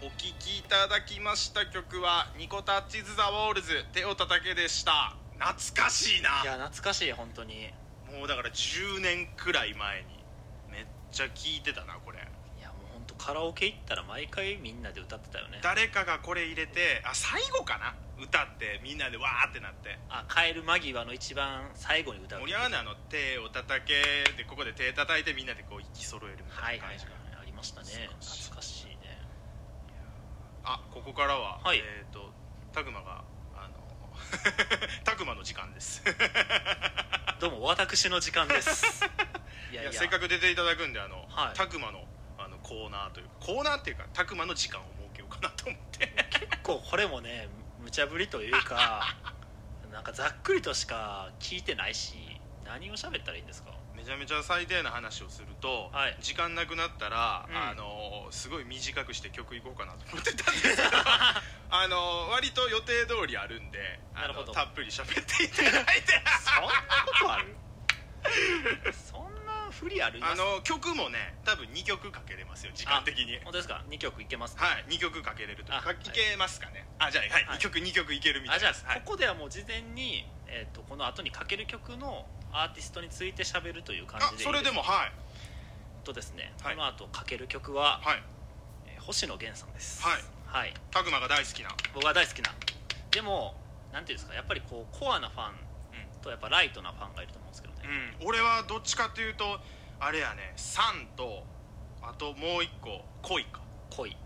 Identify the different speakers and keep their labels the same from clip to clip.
Speaker 1: お聴きいただきました曲は「ニコタッチズ・ザ・ウォールズ手を叩け」でした懐かしいない
Speaker 2: や懐かしい本当にい
Speaker 1: もうだから10年くらい前にめっちゃ聴いてたなこれ
Speaker 2: やもう本当カラオケ行ったら毎回みんなで歌ってたよね
Speaker 1: 誰かがこれ入れてあ最後かな歌ってみんなでわーってなって
Speaker 2: あ帰る間際の一番最後に歌う
Speaker 1: 盛り上がるのはあの手を叩けでここで手叩いてみんなでこう息揃えるみ
Speaker 2: は
Speaker 1: たい
Speaker 2: い
Speaker 1: な
Speaker 2: はい
Speaker 1: 感
Speaker 2: はい
Speaker 1: じが、
Speaker 2: ありましたね
Speaker 1: 懐かしい
Speaker 2: 懐かしいね
Speaker 1: あここからは、
Speaker 2: はい
Speaker 1: えっ、とタグマがあの タグマの時間です
Speaker 2: どうも私の時間です い
Speaker 1: い
Speaker 2: や
Speaker 1: や
Speaker 2: いや
Speaker 1: せっかく出ていただくんであの、
Speaker 2: はい
Speaker 1: タクマのあのコーナーというかコーナーっていうかタクマの時間を設けようかなと思って
Speaker 2: 結構これもね無茶ぶりというかなんかざっくりとしか聞いてないし何を喋ったらいいんですか
Speaker 1: めちゃめちゃ最低な話をすると、
Speaker 2: はい
Speaker 1: 時間なくなったら、
Speaker 2: うん
Speaker 1: あのすごい短くして曲いこうかなと思ってたん ですけどあの割と予定通りあるんであの
Speaker 2: なるほど
Speaker 1: たっぷり喋っていただい て
Speaker 2: そんなことあ るそんな不利ある
Speaker 1: あの曲もね多分2曲かけれますよ時間的に
Speaker 2: 本当ですか2曲いけますか、
Speaker 1: はい2曲かけれると
Speaker 2: あ
Speaker 1: かいけますかね、あじゃあ、はい
Speaker 2: は
Speaker 1: 2
Speaker 2: い
Speaker 1: 曲2曲いけるみた
Speaker 2: あ
Speaker 1: い
Speaker 2: じゃ
Speaker 1: で
Speaker 2: あ
Speaker 1: す、はい
Speaker 2: ここではもう事前に、えっとこの後にかける曲のアーティストについて喋るという感
Speaker 1: あ
Speaker 2: じでいい
Speaker 1: それでもはい
Speaker 2: とですね、
Speaker 1: はい
Speaker 2: この後かける曲は、
Speaker 1: はい
Speaker 2: えー星野源さんです
Speaker 1: はい、
Speaker 2: はい、
Speaker 1: タグマが大好きな
Speaker 2: 僕は大好きなでもなんていうんですかやっぱりこうコアなファンとやっぱライトなファンがいると思うんですけどね、
Speaker 1: うん、俺はどっちかというとあれやね「サン」とあともう一個「恋」か
Speaker 2: 恋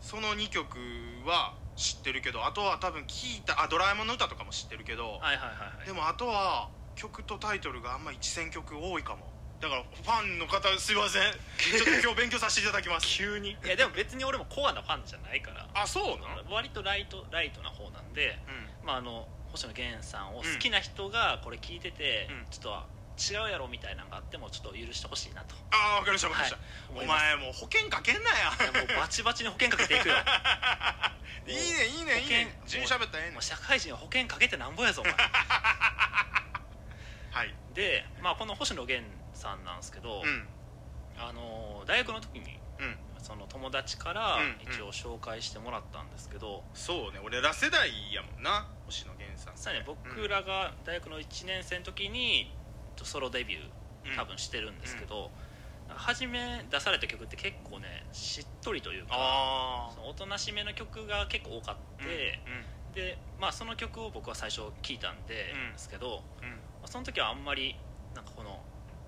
Speaker 1: その2曲は知ってるけどあとは多分聞いたあ「ドラえもんの歌」とかも知ってるけど、
Speaker 2: はいはいはいはい
Speaker 1: でもあとは曲とタイトルがあんま1000曲多いかもだからファンの方すいませ んちょっと今日勉強させていただきます急に
Speaker 2: いやでも別に俺もコアなファンじゃないから
Speaker 1: あそうなの
Speaker 2: 割とライトライトな方なんで、
Speaker 1: うん
Speaker 2: まあ、あの星野源さんを好きな人がこれ聞いてて、
Speaker 1: うん
Speaker 2: ちょっと違うやろみたいなのがあってもちょっと許してほしいなと
Speaker 1: ああ分かりました分かりました、
Speaker 2: 思い
Speaker 1: お
Speaker 2: ます
Speaker 1: 前もう保険かけんなや
Speaker 2: いやもうバチバチに保険かけていくよ
Speaker 1: いいねいいねいいね
Speaker 2: 保
Speaker 1: 自由
Speaker 2: 険
Speaker 1: に喋ったらええね
Speaker 2: も
Speaker 1: ん
Speaker 2: う社会人は保険かけてなんぼや ぞお前
Speaker 1: はい
Speaker 2: で、まあ、この星野源さんなんですけど、
Speaker 1: うん
Speaker 2: あの大学の時に
Speaker 1: うん
Speaker 2: その友達から
Speaker 1: うんうん
Speaker 2: 一応紹介してもらったんですけど、
Speaker 1: そうね俺ら世代やもんな星野源さん
Speaker 2: さらに僕らが大学の1年生の時にソロデビュー多分してるんですけど、初め出された曲って結構ねしっとりというか
Speaker 1: あ
Speaker 2: そのおとなしめの曲が結構多かっ
Speaker 1: あ
Speaker 2: て、で、まあ、その曲を僕は最初聴いたんで
Speaker 1: うん
Speaker 2: ですけど、ま
Speaker 1: うんうん
Speaker 2: あその時はあんまりなんかこの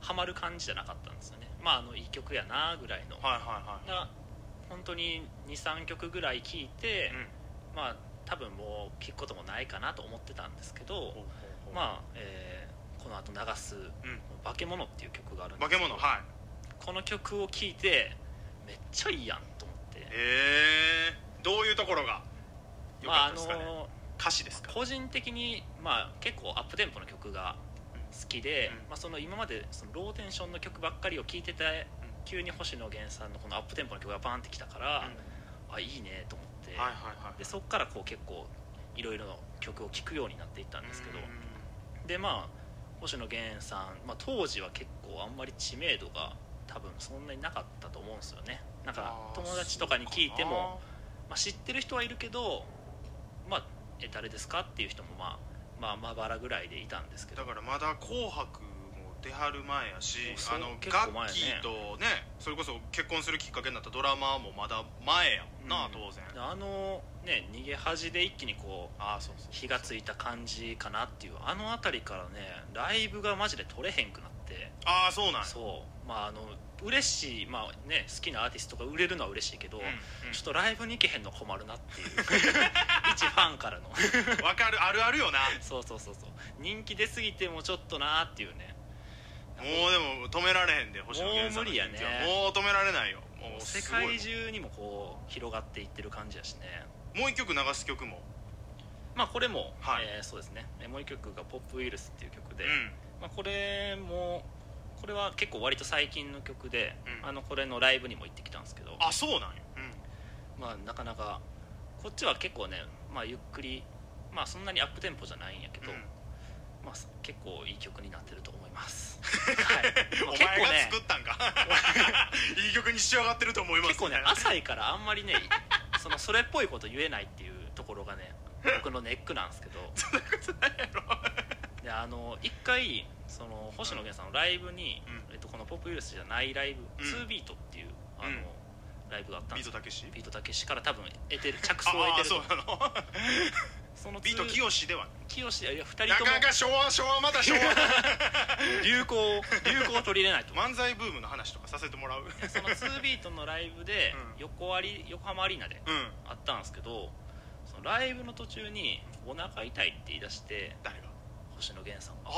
Speaker 2: ハマる感じじゃなかったんですよねまああのいい曲やなぐらいの、
Speaker 1: はいはいは
Speaker 2: が本当に23曲ぐらい聴い
Speaker 1: い
Speaker 2: て、
Speaker 1: うん
Speaker 2: まあ多分もう聴くこともないかなと思ってたんですけど、
Speaker 1: ほうほうほう
Speaker 2: まあ、えーこの後流す
Speaker 1: うん
Speaker 2: 「化け物」っていう曲があるんで
Speaker 1: 化
Speaker 2: す
Speaker 1: け
Speaker 2: けど
Speaker 1: 物はい
Speaker 2: この曲を聴いてめっちゃいいやんと思って
Speaker 1: ええどういうところが良
Speaker 2: まあ
Speaker 1: かった
Speaker 2: あ
Speaker 1: ですかね
Speaker 2: の
Speaker 1: 歌詞ですか
Speaker 2: 個人的に、まあ、結構アップテンポの曲が好きで、
Speaker 1: うん
Speaker 2: まあ、その今までそのローテンションの曲ばっかりを聴いてて急に星野源さんのこのアップテンポの曲がバーンってきたか
Speaker 1: うん
Speaker 2: ら、あいいねと思っ
Speaker 1: は
Speaker 2: て、
Speaker 1: いはいはい
Speaker 2: でそっからこう結構いろいろの曲を聴くようになっていったんですけど、
Speaker 1: うん
Speaker 2: でまあ星野源さん、まあ、当時は結構あんまり知名度が多分そんなになかったと思うんですよねなんか
Speaker 1: あー
Speaker 2: 友達とかに聞いても、
Speaker 1: そうか
Speaker 2: まあ、知ってる人はいるけどまあえ誰ですかっていう人もまあまあまばらぐらいでいたんですけど
Speaker 1: なだからまだ「紅白」も出はる前やし
Speaker 2: そう
Speaker 1: あの
Speaker 2: 結
Speaker 1: ガ
Speaker 2: 構前
Speaker 1: ッ
Speaker 2: やね
Speaker 1: キーとねそれこそ結婚するきっかけになったドラマーもまだ前やもんな
Speaker 2: うん
Speaker 1: 当然
Speaker 2: あのね逃げ恥で一気にこう
Speaker 1: ああそうそう
Speaker 2: 火がついた感じかなっていうあの辺りからねライブがマジで撮れへんくなって
Speaker 1: ああそうなんや
Speaker 2: そうまああの嬉しいまあね好きなアーティストが売れるのは嬉しいけど、
Speaker 1: うんうん
Speaker 2: ちょっとライブに行けへんの困るなっ ていう一ファンからの
Speaker 1: わかるあるあるよな
Speaker 2: そうそうそうそう人気出すぎてもちょっとなーっていうね
Speaker 1: もうでも止められへんで星野源さんの人気は
Speaker 2: もう無理やね
Speaker 1: もう止められないよもう
Speaker 2: 世
Speaker 1: すごい
Speaker 2: 界中にもこう広がっていってる感じやしね
Speaker 1: もう一曲流す曲も
Speaker 2: まあこれも、
Speaker 1: はい
Speaker 2: えーそうですねえーもう一曲が「ポップウイルス」っていう曲
Speaker 1: う
Speaker 2: で、
Speaker 1: ん
Speaker 2: まあ、これもこれは結構割と最近の曲で、
Speaker 1: うん
Speaker 2: あのこれのライブにも行ってきたんですけど
Speaker 1: あそうなんやうん
Speaker 2: まあなかなかこっちは結構ね、まあ、ゆっくりまあそんなにアップテンポじゃないんやけど、
Speaker 1: うん
Speaker 2: まあ、結構いい曲になってると思 います、はいまあ
Speaker 1: お
Speaker 2: 結
Speaker 1: 前
Speaker 2: 構
Speaker 1: が
Speaker 2: ね
Speaker 1: 作ったんかいい曲に仕上がってると思います
Speaker 2: 結構ね
Speaker 1: みたいな
Speaker 2: 浅いからあんまりね そのそれっぽいこと言えないっていうところ がね僕のネックなんですけど
Speaker 1: そんなことないやろ
Speaker 2: であの一回その星野源さんのライブに、
Speaker 1: うん
Speaker 2: えっと、この「ポップウイルス」じゃないライブ、
Speaker 1: うん
Speaker 2: 2ビートっていうあの、
Speaker 1: うん
Speaker 2: ライブがあったん
Speaker 1: ビ
Speaker 2: で
Speaker 1: ー
Speaker 2: す
Speaker 1: ト
Speaker 2: よ
Speaker 1: たけし
Speaker 2: ビートたけしから多分得てる着
Speaker 1: あ
Speaker 2: 想を得
Speaker 1: あ
Speaker 2: て
Speaker 1: ー
Speaker 2: る
Speaker 1: そう
Speaker 2: と
Speaker 1: なの
Speaker 2: その
Speaker 1: ビート
Speaker 2: 清
Speaker 1: 清しでは
Speaker 2: 清いや2
Speaker 1: な
Speaker 2: 人とも
Speaker 1: かなか昭和昭和まだ昭和
Speaker 2: 流行を流行を取り入れない と思う
Speaker 1: 漫才ブームの話とかさせてもらう
Speaker 2: その2ビートのライブで
Speaker 1: うん
Speaker 2: 横あり横浜アリーナで
Speaker 1: うん
Speaker 2: あったんですけどそのライブの途中にお腹痛いって言い出して
Speaker 1: 誰が
Speaker 2: 星野源さんが
Speaker 1: あ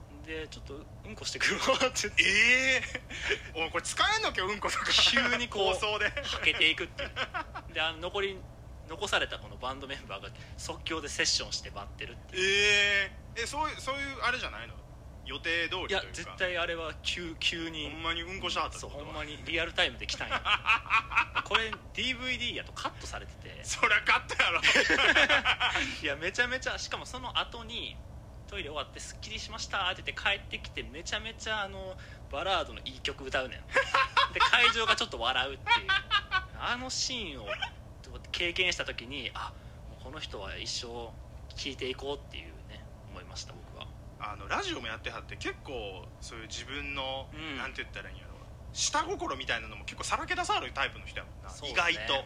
Speaker 1: あ
Speaker 2: でちょっとうんこしてくるわって言って
Speaker 1: ええおいこれ使えんの今日うんことか
Speaker 2: 急にこう
Speaker 1: 放送で
Speaker 2: はけていくっていうであの残り残されたこのバンドメンバーが即興でセッションして待ってるっていう
Speaker 1: えええそういうそういうあれじゃないの予定通りとい
Speaker 2: い
Speaker 1: う
Speaker 2: や
Speaker 1: か
Speaker 2: 絶対あれは急急に
Speaker 1: ほんまにうんこしはったって
Speaker 2: そう
Speaker 1: こと
Speaker 2: ほ
Speaker 1: は
Speaker 2: んまにリアルタイムで来たんやこれ DVD やとカットされてて
Speaker 1: そりゃ勝ったやろ
Speaker 2: いやめちゃめちゃしかもその後にトイレ終わってすっきりしましたって言って帰ってきてめちゃめちゃあのバラードのいい曲歌 うねんで会場がちょっと笑うっていうあのシーンを経験した時にあもうこの人は一生聴いていこうっていうね思いました僕は
Speaker 1: あのラジオもやってはって結構そういう自分の、
Speaker 2: うん
Speaker 1: なんて言ったらいいんやろ下心みたいなのも結構さらけ出さはるタイプの人やもんな、
Speaker 2: そう
Speaker 1: 意
Speaker 2: ね
Speaker 1: 外と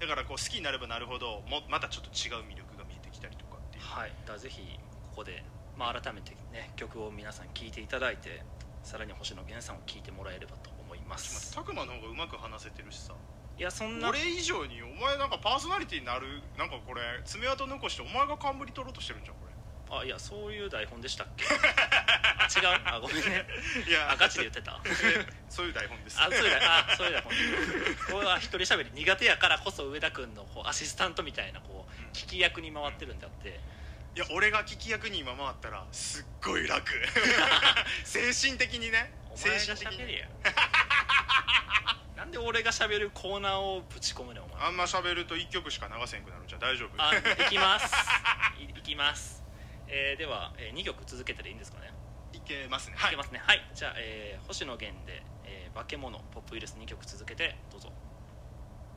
Speaker 1: だからこう好きになればなるほどもまたちょっと違う魅力が見えてきたりとかっていう
Speaker 2: はいだからぜひここで、まあ、改めてね曲を皆さん聴いていただいてさらに星野源さんを聴いてもらえればと思い
Speaker 1: ちょ
Speaker 2: ま
Speaker 1: っと待って
Speaker 2: す
Speaker 1: 拓磨の方がうまく話せてるしさ
Speaker 2: いやそんな
Speaker 1: 俺以上にお前なんかパーソナリティになるなんかこれ爪痕残してお前が冠取ろうとしてるんじゃんこ
Speaker 2: あいやそういう台本でしたっけ 違うあごめんね
Speaker 1: れいや
Speaker 2: あガチで言ってたあ
Speaker 1: そういう台本です
Speaker 2: そういう台あそういう台本俺は一人喋り苦手やからこそ上田君のこうアシスタントみたいなこ
Speaker 1: うん
Speaker 2: う聞き役に回ってるんであって
Speaker 1: いや俺が聞き役に今回ったらすっごい 楽精神的にね
Speaker 2: お
Speaker 1: 精
Speaker 2: 前が
Speaker 1: 神的
Speaker 2: 喋
Speaker 1: に
Speaker 2: れやなんで俺が喋るコーナーをぶち込むねんお前
Speaker 1: あんま喋ると1曲しか流せんくなるんじゃん大丈夫
Speaker 2: あいき ますいいきます、えーでは、え2曲続けてでいいんですかね
Speaker 1: いけますね
Speaker 2: い
Speaker 1: はい
Speaker 2: けますねはいじゃあ、えー星野源で、えー化け物」ポップウイルス2曲続けてどうぞ